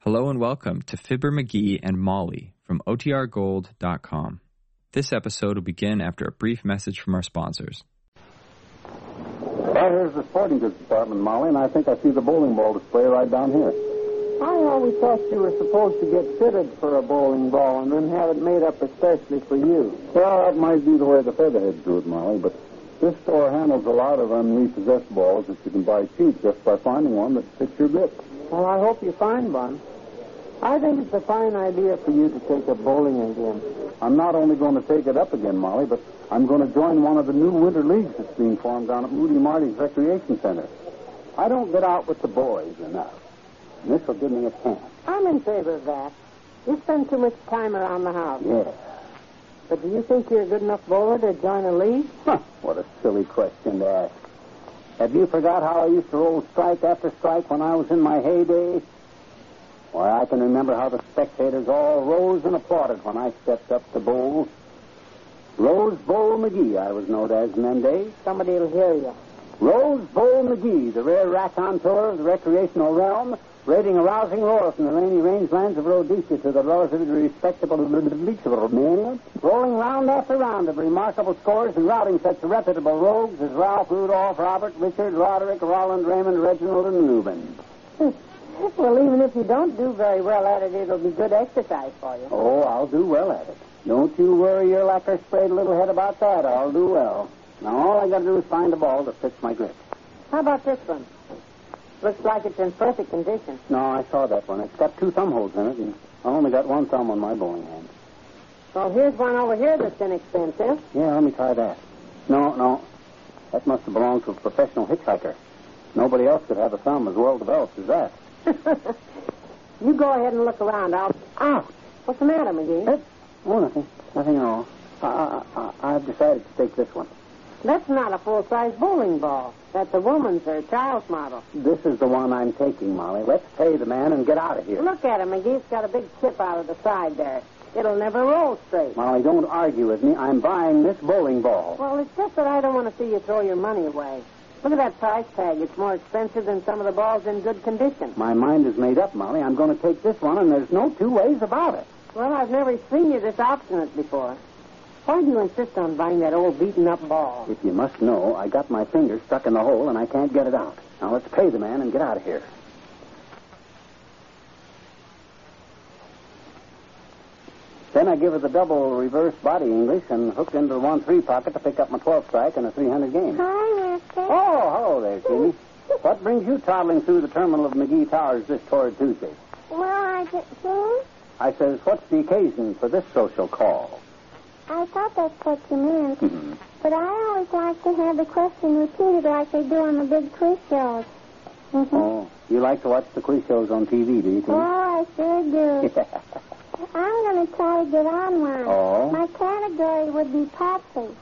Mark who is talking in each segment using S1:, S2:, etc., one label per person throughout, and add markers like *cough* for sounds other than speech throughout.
S1: Hello and welcome to Fibber McGee and Molly from OTRGold.com. This episode will begin after a brief message from our sponsors.
S2: Well, here's the sporting goods department, Molly, and I think I see the bowling ball display right down here.
S3: I always thought you were supposed to get fitted for a bowling ball and then have it made up especially for you.
S2: Well, that might be the way the featherheads do it, Molly, but this store handles a lot of unrepossessed balls that you can buy cheap just by finding one that fits your grip.
S3: Well, I hope you find one. I think it's a fine idea for you to take up bowling again.
S2: I'm not only going to take it up again, Molly, but I'm going to join one of the new winter leagues that's being formed down at Moody Marty's Recreation Center. I don't get out with the boys enough. And this will give me a chance.
S3: I'm in favor of that. You spend too much time around the house.
S2: Yeah.
S3: But do you think you're a good enough bowler to join a league?
S2: Huh, what a silly question to ask. Have you forgot how I used to roll strike after strike when I was in my heyday? Why, I can remember how the spectators all rose and applauded when I stepped up to bowl. Rose Bowl McGee, I was known as in them days.
S3: Somebody will hear you.
S2: Rose Bowl McGee, the rare raconteur of the recreational realm, raising a rousing roar from the rainy rangelands of Rhodesia to the relatively respectable beach of Romania, rolling round after round of remarkable scores and routing such reputable rogues as Ralph Rudolph, Robert, Richard, Roderick, Roland, Raymond, Reginald, and Reuben.
S3: *laughs* well, even if you don't do very well at it, it'll be good exercise for you.
S2: Oh, I'll do well at it. Don't you worry your lacquer sprayed little head about that. I'll do well. Now, all I gotta do is find a ball that fits my grip.
S3: How about this one? Looks like it's in perfect condition.
S2: No, I saw that one. It's got two thumb holes in it, and I only got one thumb on my bowling hand.
S3: Well, here's one over here that's inexpensive.
S2: Yeah, let me try that. No, no. That must have belonged to a professional hitchhiker. Nobody else could have a thumb as well developed as that.
S3: *laughs* you go ahead and look around. I'll. Ouch! What's the matter, McGee?
S2: It, oh, nothing. Nothing at all. I, I, I, I've decided to take this one.
S3: That's not a full size bowling ball. That's a woman's or a child's model.
S2: This is the one I'm taking, Molly. Let's pay the man and get out of here.
S3: Look at it, McGee. It's got a big chip out of the side there. It'll never roll straight.
S2: Molly, don't argue with me. I'm buying this bowling ball.
S3: Well, it's just that I don't want to see you throw your money away. Look at that price tag. It's more expensive than some of the balls in good condition.
S2: My mind is made up, Molly. I'm going to take this one, and there's no two ways about it.
S3: Well, I've never seen you this obstinate before. Why do you insist on buying that old beaten up ball?
S2: If you must know, I got my finger stuck in the hole and I can't get it out. Now let's pay the man and get out of here. Then I give her the double reverse body English and hook into the one three pocket to pick up my twelve strike and a three hundred game.
S3: Hi, Master.
S2: Oh, hello there, Jeannie. What brings you toddling through the terminal of McGee Towers this torrid Tuesday?
S4: Well, I just came.
S2: I says, what's the occasion for this social call?
S4: I thought that's what you meant.
S2: Hmm.
S4: But I always like to have the question repeated like they do on the big quiz shows. Mm-hmm.
S2: Oh, you like to watch the quiz shows on TV, do you, *laughs* Jeannie?
S4: Oh, I sure do. I'm going to try to get on one.
S2: Oh?
S4: My category would be Patsy.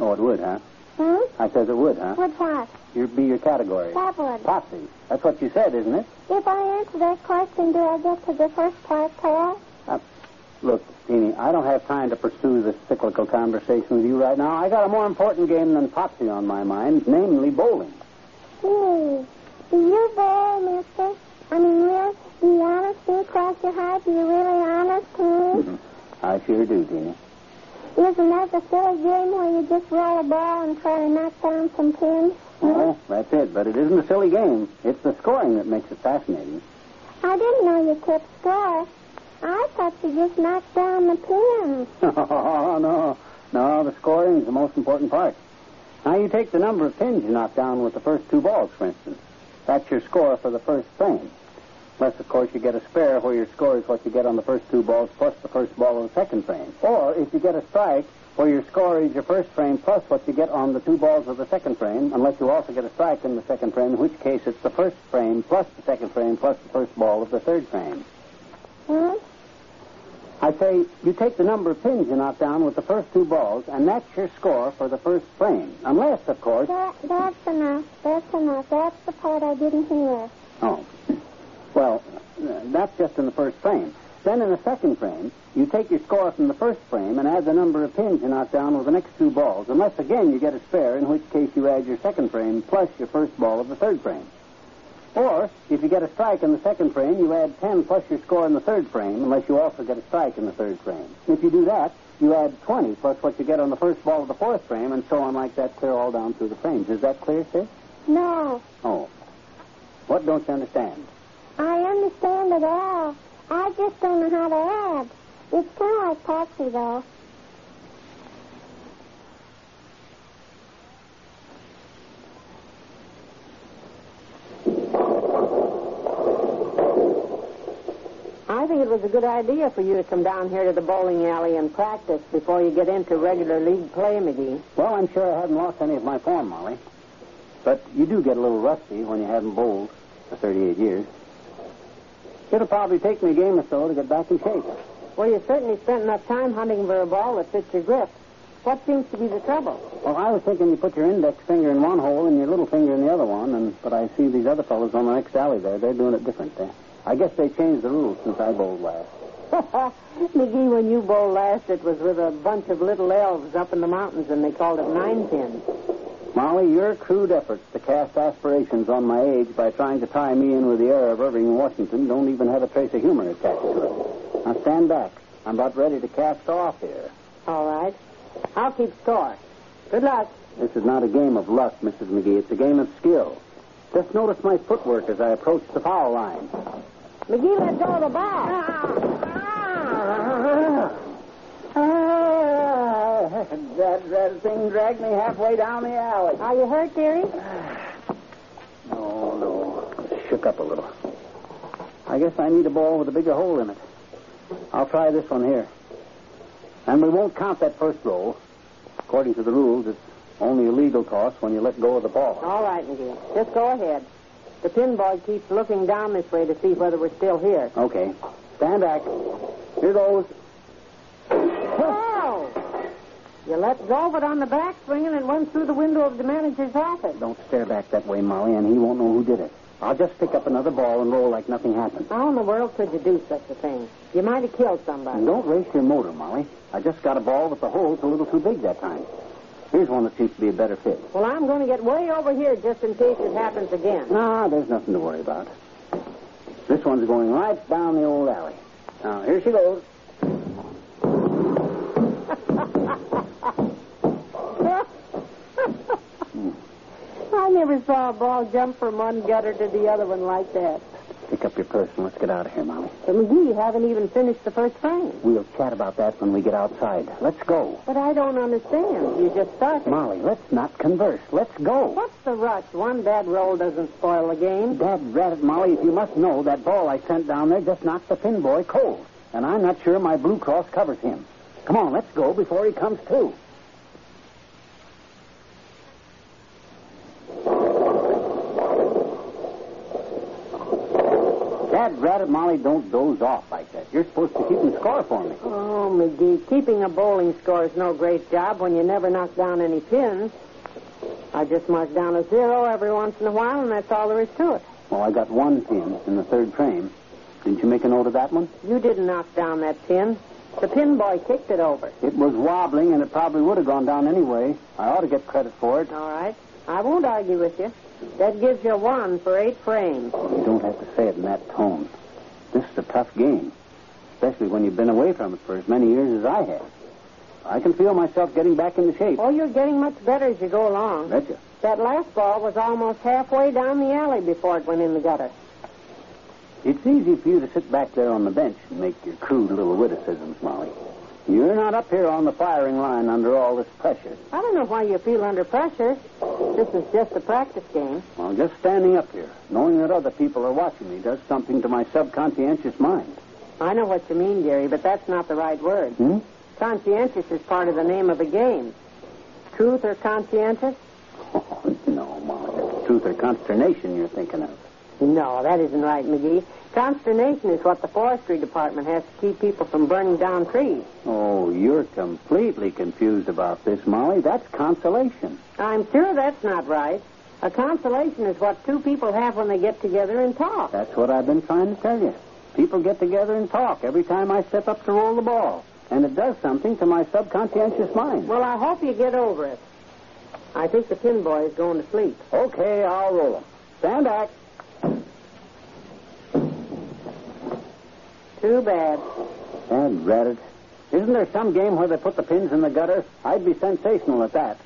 S2: Oh, it would, huh?
S4: Hmm?
S2: I says it would, huh?
S4: Would what?
S2: You'd be your category.
S4: That would.
S2: Popsy. That's what you said, isn't it?
S4: If I answer that question, do I get to the first part, Paul?
S2: Uh, Look, Jeannie, I don't have time to pursue this cyclical conversation with you right now. I got a more important game than Popsy on my mind, namely bowling.
S4: Gee, do you there, mister? I mean, really? Do you honestly cross your heart? Do you really honest hmm? to
S2: Mm-hmm.
S4: me?
S2: I sure do, Jeannie.
S4: Isn't that the silly game where you just roll a ball and try to knock down some pins?
S2: Oh, that's it, but it isn't a silly game. It's the scoring that makes it fascinating.
S4: I didn't know you kept score. I thought you just knocked down the pins.
S2: Oh, no. *laughs* No, the scoring's the most important part. Now, you take the number of pins you knock down with the first two balls, for instance. That's your score for the first frame. Unless, of course, you get a spare where your score is what you get on the first two balls plus the first ball of the second frame. Or if you get a strike where your score is your first frame plus what you get on the two balls of the second frame, unless you also get a strike in the second frame, in which case it's the first frame plus the second frame plus the first ball of the third frame.
S4: Hmm?
S2: I say you take the number of pins you knock down with the first two balls, and that's your score for the first frame. Unless, of course.
S4: That, that's enough. That's enough. That's the part I didn't hear.
S2: Oh. Well, uh, that's just in the first frame. Then in the second frame, you take your score from the first frame and add the number of pins you knock down with the next two balls, unless again you get a spare, in which case you add your second frame plus your first ball of the third frame. Or, if you get a strike in the second frame, you add 10 plus your score in the third frame, unless you also get a strike in the third frame. If you do that, you add 20 plus what you get on the first ball of the fourth frame, and so on like that, clear all down through the frames. Is that clear, Sis?
S4: No,
S2: Oh. What don't you understand?
S4: I understand it all. I just don't know how to add. It's kind of like Patsy, though.
S3: I think it was a good idea for you to come down here to the bowling alley and practice before you get into regular league play, McGee.
S2: Well, I'm sure I haven't lost any of my form, Molly. But you do get a little rusty when you haven't bowled for 38 years. It'll probably take me a game or so to get back in shape.
S3: Well, you certainly spent enough time hunting for a ball that fits your grip. What seems to be the trouble? *laughs*
S2: Well, I was thinking you put your index finger in one hole and your little finger in the other one, and but I see these other fellows on the next alley there. They're doing it different. They, I guess they changed the rules since I bowled last.
S3: McGee, when you bowled last, it was with a bunch of little elves up in the mountains, and they called it nine pins.
S2: Molly, your crude efforts to cast aspirations on my age by trying to tie me in with the air of Irving Washington don't even have a trace of humor attached to it. Now stand back. I'm about ready to cast off here.
S3: All right. I'll keep score. Good luck.
S2: This is not a game of luck, Mrs. McGee. It's a game of skill. Just notice my footwork as I approach the foul line.
S3: McGee, let go of the ball.
S2: Ah, *laughs* that, that thing dragged me halfway down the alley. Ah.
S3: Are you hurt, dearie?
S2: No, no. Shook up a little. I guess I need a ball with a bigger hole in it. I'll try this one here. And we won't count that first roll. According to the rules, it's only a legal toss when you let go of the ball.
S3: All right, McGee. Just go ahead. The pinball keeps looking down this way to see whether we're still here.
S2: Okay. Stand back. Here goes.
S3: Whoa! You let go of it on the backswing and it went through the window of the manager's office.
S2: Don't stare back that way, Molly, and he won't know who did it. I'll just pick up another ball and roll like nothing happened.
S3: How in the world could you do such a thing? You might have killed
S2: And
S3: somebody.
S2: don't race your motor, Molly. I just got a ball with the hole's a little too big that time. Here's one that seems to be a better fit.
S3: Well, I'm going to get way over here just in case it happens again. *laughs*
S2: No, there's nothing to worry about. This one's going right down the old alley. Now, here she goes.
S3: I never saw a ball jump from one gutter to the other one like that.
S2: Pick up your purse and let's get out of here, Molly.
S3: But McGee, you haven't even finished the first frame.
S2: We'll chat about that when we get outside. Let's go.
S3: But I don't understand. You just started.
S2: Molly, let's not converse. Let's go.
S3: What's the rush? One bad roll doesn't spoil the game.
S2: Dad rat it, Molly, you must know that ball I sent down there just knocked the pin boy cold. And I'm not sure my blue cross covers him. Come on, let's go before he comes to. Dad rat it, Molly, don't doze off like that. You're supposed to keep him score for me.
S3: Oh, McGee, keeping a bowling score is no great job when you never knock down any pins. I just mark down a zero every once in a while, and that's all there is to it.
S2: Well, I got one pin in the third frame. Didn't you make a note of that one?
S3: You didn't knock down that pin. The pin boy kicked it over.
S2: It was wobbling, and it probably would have gone down anyway. I ought to get credit for it.
S3: All right. I won't argue with you. That gives you one for eight frames.
S2: You don't have to say it in that tone. This is a tough game, especially when you've been away from it for as many years as I have. I can feel myself getting back into shape.
S3: Oh, you're getting much better as you go along.
S2: Betcha.
S3: That last ball was almost halfway down the alley before it went in the gutter.
S2: It's easy for you to sit back there on the bench and make your crude little witticisms, Molly. You're not up here on the firing line under all this pressure.
S3: I don't know why you feel under pressure. This is just a practice game.
S2: Well, just standing up here, knowing that other people are watching me, does something to my subconscientious mind.
S3: I know what you mean, dearie, but that's not the right word.
S2: Hmm? *laughs*
S3: Conscientious is part of the name of a game. Truth or conscientious?
S2: Oh, no, Molly. That's truth or consternation you're thinking of.
S3: No, that isn't right, McGee. Consternation is what the forestry department has to keep people from burning down trees.
S2: Oh, you're completely confused about this, Molly. That's consolation.
S3: I'm sure that's not right. A consolation is what two people have when they get together and talk.
S2: That's what I've been trying to tell you. People get together and talk every time I step up to roll the ball, and it does something to my subconscious mind.
S3: Well, I hope you get over it. I think the pin boy is going to sleep.
S2: Okay, I'll roll 'em. Stand back.
S3: Too bad.
S2: And rat it. Isn't there some game where they put the pins in the gutter? I'd be sensational at that.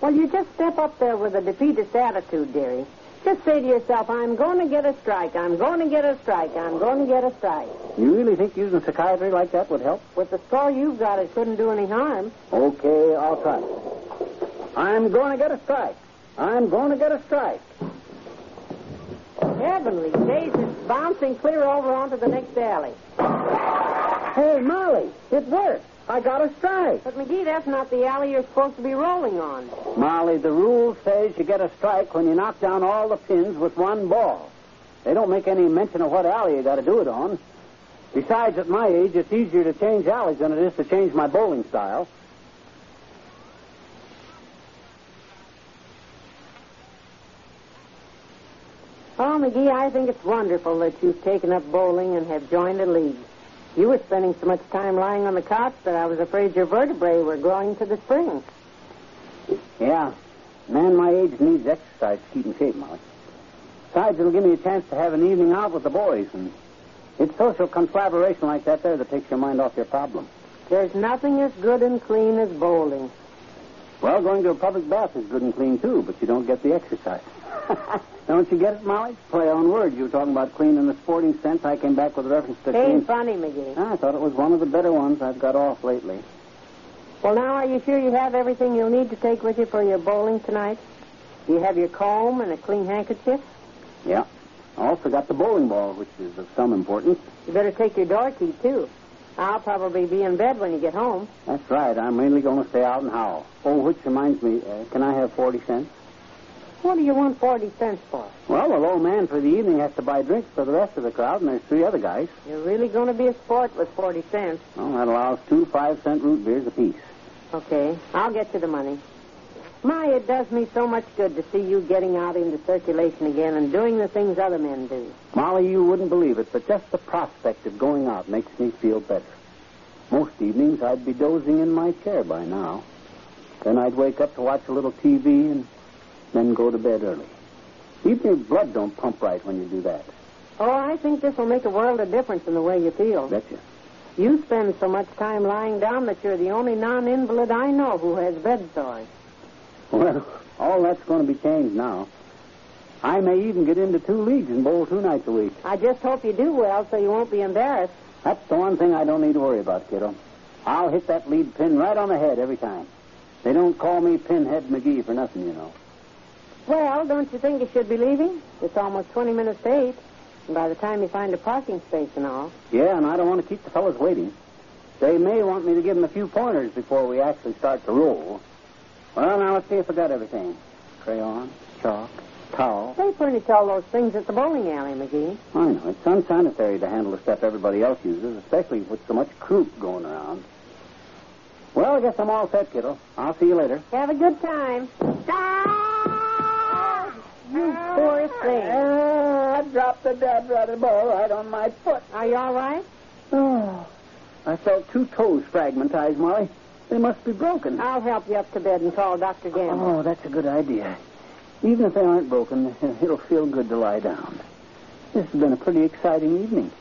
S3: Well, you just step up there with a defeatist attitude, dearie. Just say to yourself, I'm going to get a strike. I'm going to get a strike. I'm going to get a strike.
S2: You really think using psychiatry like that would help?
S3: With the score you've got, it couldn't do any harm.
S2: Okay, I'll try. I'm going to get a strike. I'm going to get a strike.
S3: Heavenly days, it's bouncing clear over onto the next alley.
S2: Hey, Molly, it worked. I got a strike.
S3: But, McGee, that's not the alley you're supposed to be rolling on.
S2: Molly, the rule says you get a strike when you knock down all the pins with one ball. They don't make any mention of what alley you got to do it on. Besides, at my age, it's easier to change alleys than it is to change my bowling style.
S3: Oh, McGee, I think it's wonderful that you've taken up bowling and have joined a league. You were spending so much time lying on the couch that I was afraid your vertebrae were growing to the spring.
S2: Yeah. Man my age needs exercise to keep in shape, Molly. Besides, it'll give me a chance to have an evening out with the boys, and it's social collaboration like that there that takes your mind off your problem.
S3: There's nothing as good and clean as bowling.
S2: Well, going to a public bath is good and clean, too, but you don't get the exercise. *laughs* don't you get it, Molly? Play on words. You were talking about clean in the sporting sense. I came back with a reference to clean. Ah,
S3: Ain't funny, McGee.
S2: I thought it was one of the better ones I've got off lately.
S3: Well, now, are you sure you have everything you'll need to take with you for your bowling tonight? Do you have your comb and a clean handkerchief?
S2: Yeah. I also got the bowling ball, which is of some importance.
S3: You better take your door key, too. I'll probably be in bed when you get home.
S2: That's right. I'm mainly going to stay out and howl. Oh, which reminds me, uh, can I have 40 cents?
S3: What do you want 40 cents for?
S2: Well, the old man for the evening has to buy drinks for the rest of the crowd, and there's three other guys.
S3: You're really going to be a sport with 40 cents.
S2: Well, that allows two five cent root beers apiece.
S3: Okay, I'll get you the money. My, it does me so much good to see you getting out into circulation again and doing the things other men do.
S2: Molly, you wouldn't believe it, but just the prospect of going out makes me feel better. Most evenings I'd be dozing in my chair by now. Then I'd wake up to watch a little TV and then go to bed early. Even your blood don't pump right when you do that.
S3: Oh, I think this will make a world of difference in the way you feel.
S2: Betcha.
S3: You spend so much time lying down that you're the only non-invalid I know who has bed sores.
S2: Well, all that's going to be changed now. I may even get into two leagues and bowl two nights a week.
S3: I just hope you do well so you won't be embarrassed.
S2: That's the one thing I don't need to worry about, kiddo. I'll hit that lead pin right on the head every time. They don't call me Pinhead McGee for nothing, you know.
S3: Well, don't you think you should be leaving? It's almost 20 minutes to 8, and by the time you find a parking space and all.
S2: Yeah, and I don't want to keep the fellas waiting. They may want me to give them a few pointers before we actually start to roll. Well, now let's see if I got everything. Crayon, chalk, towel.
S3: They furnish all those things at the bowling alley, McGee.
S2: I know, it's unsanitary to handle the stuff everybody else uses, especially with so much croup going around. Well, I guess I'm all set, kiddo. I'll see you later.
S3: Have a good time. You poor thing.
S2: Ah, I dropped the dead rudder ball right on my foot.
S3: Are you all right?
S2: Oh. I felt two toes fragmentized, Molly. They must be broken.
S3: I'll help you up to bed and call Dr. Gamble.
S2: Oh, that's a good idea. *laughs* Even if they aren't broken, it'll feel good to lie down. This has been a pretty exciting evening.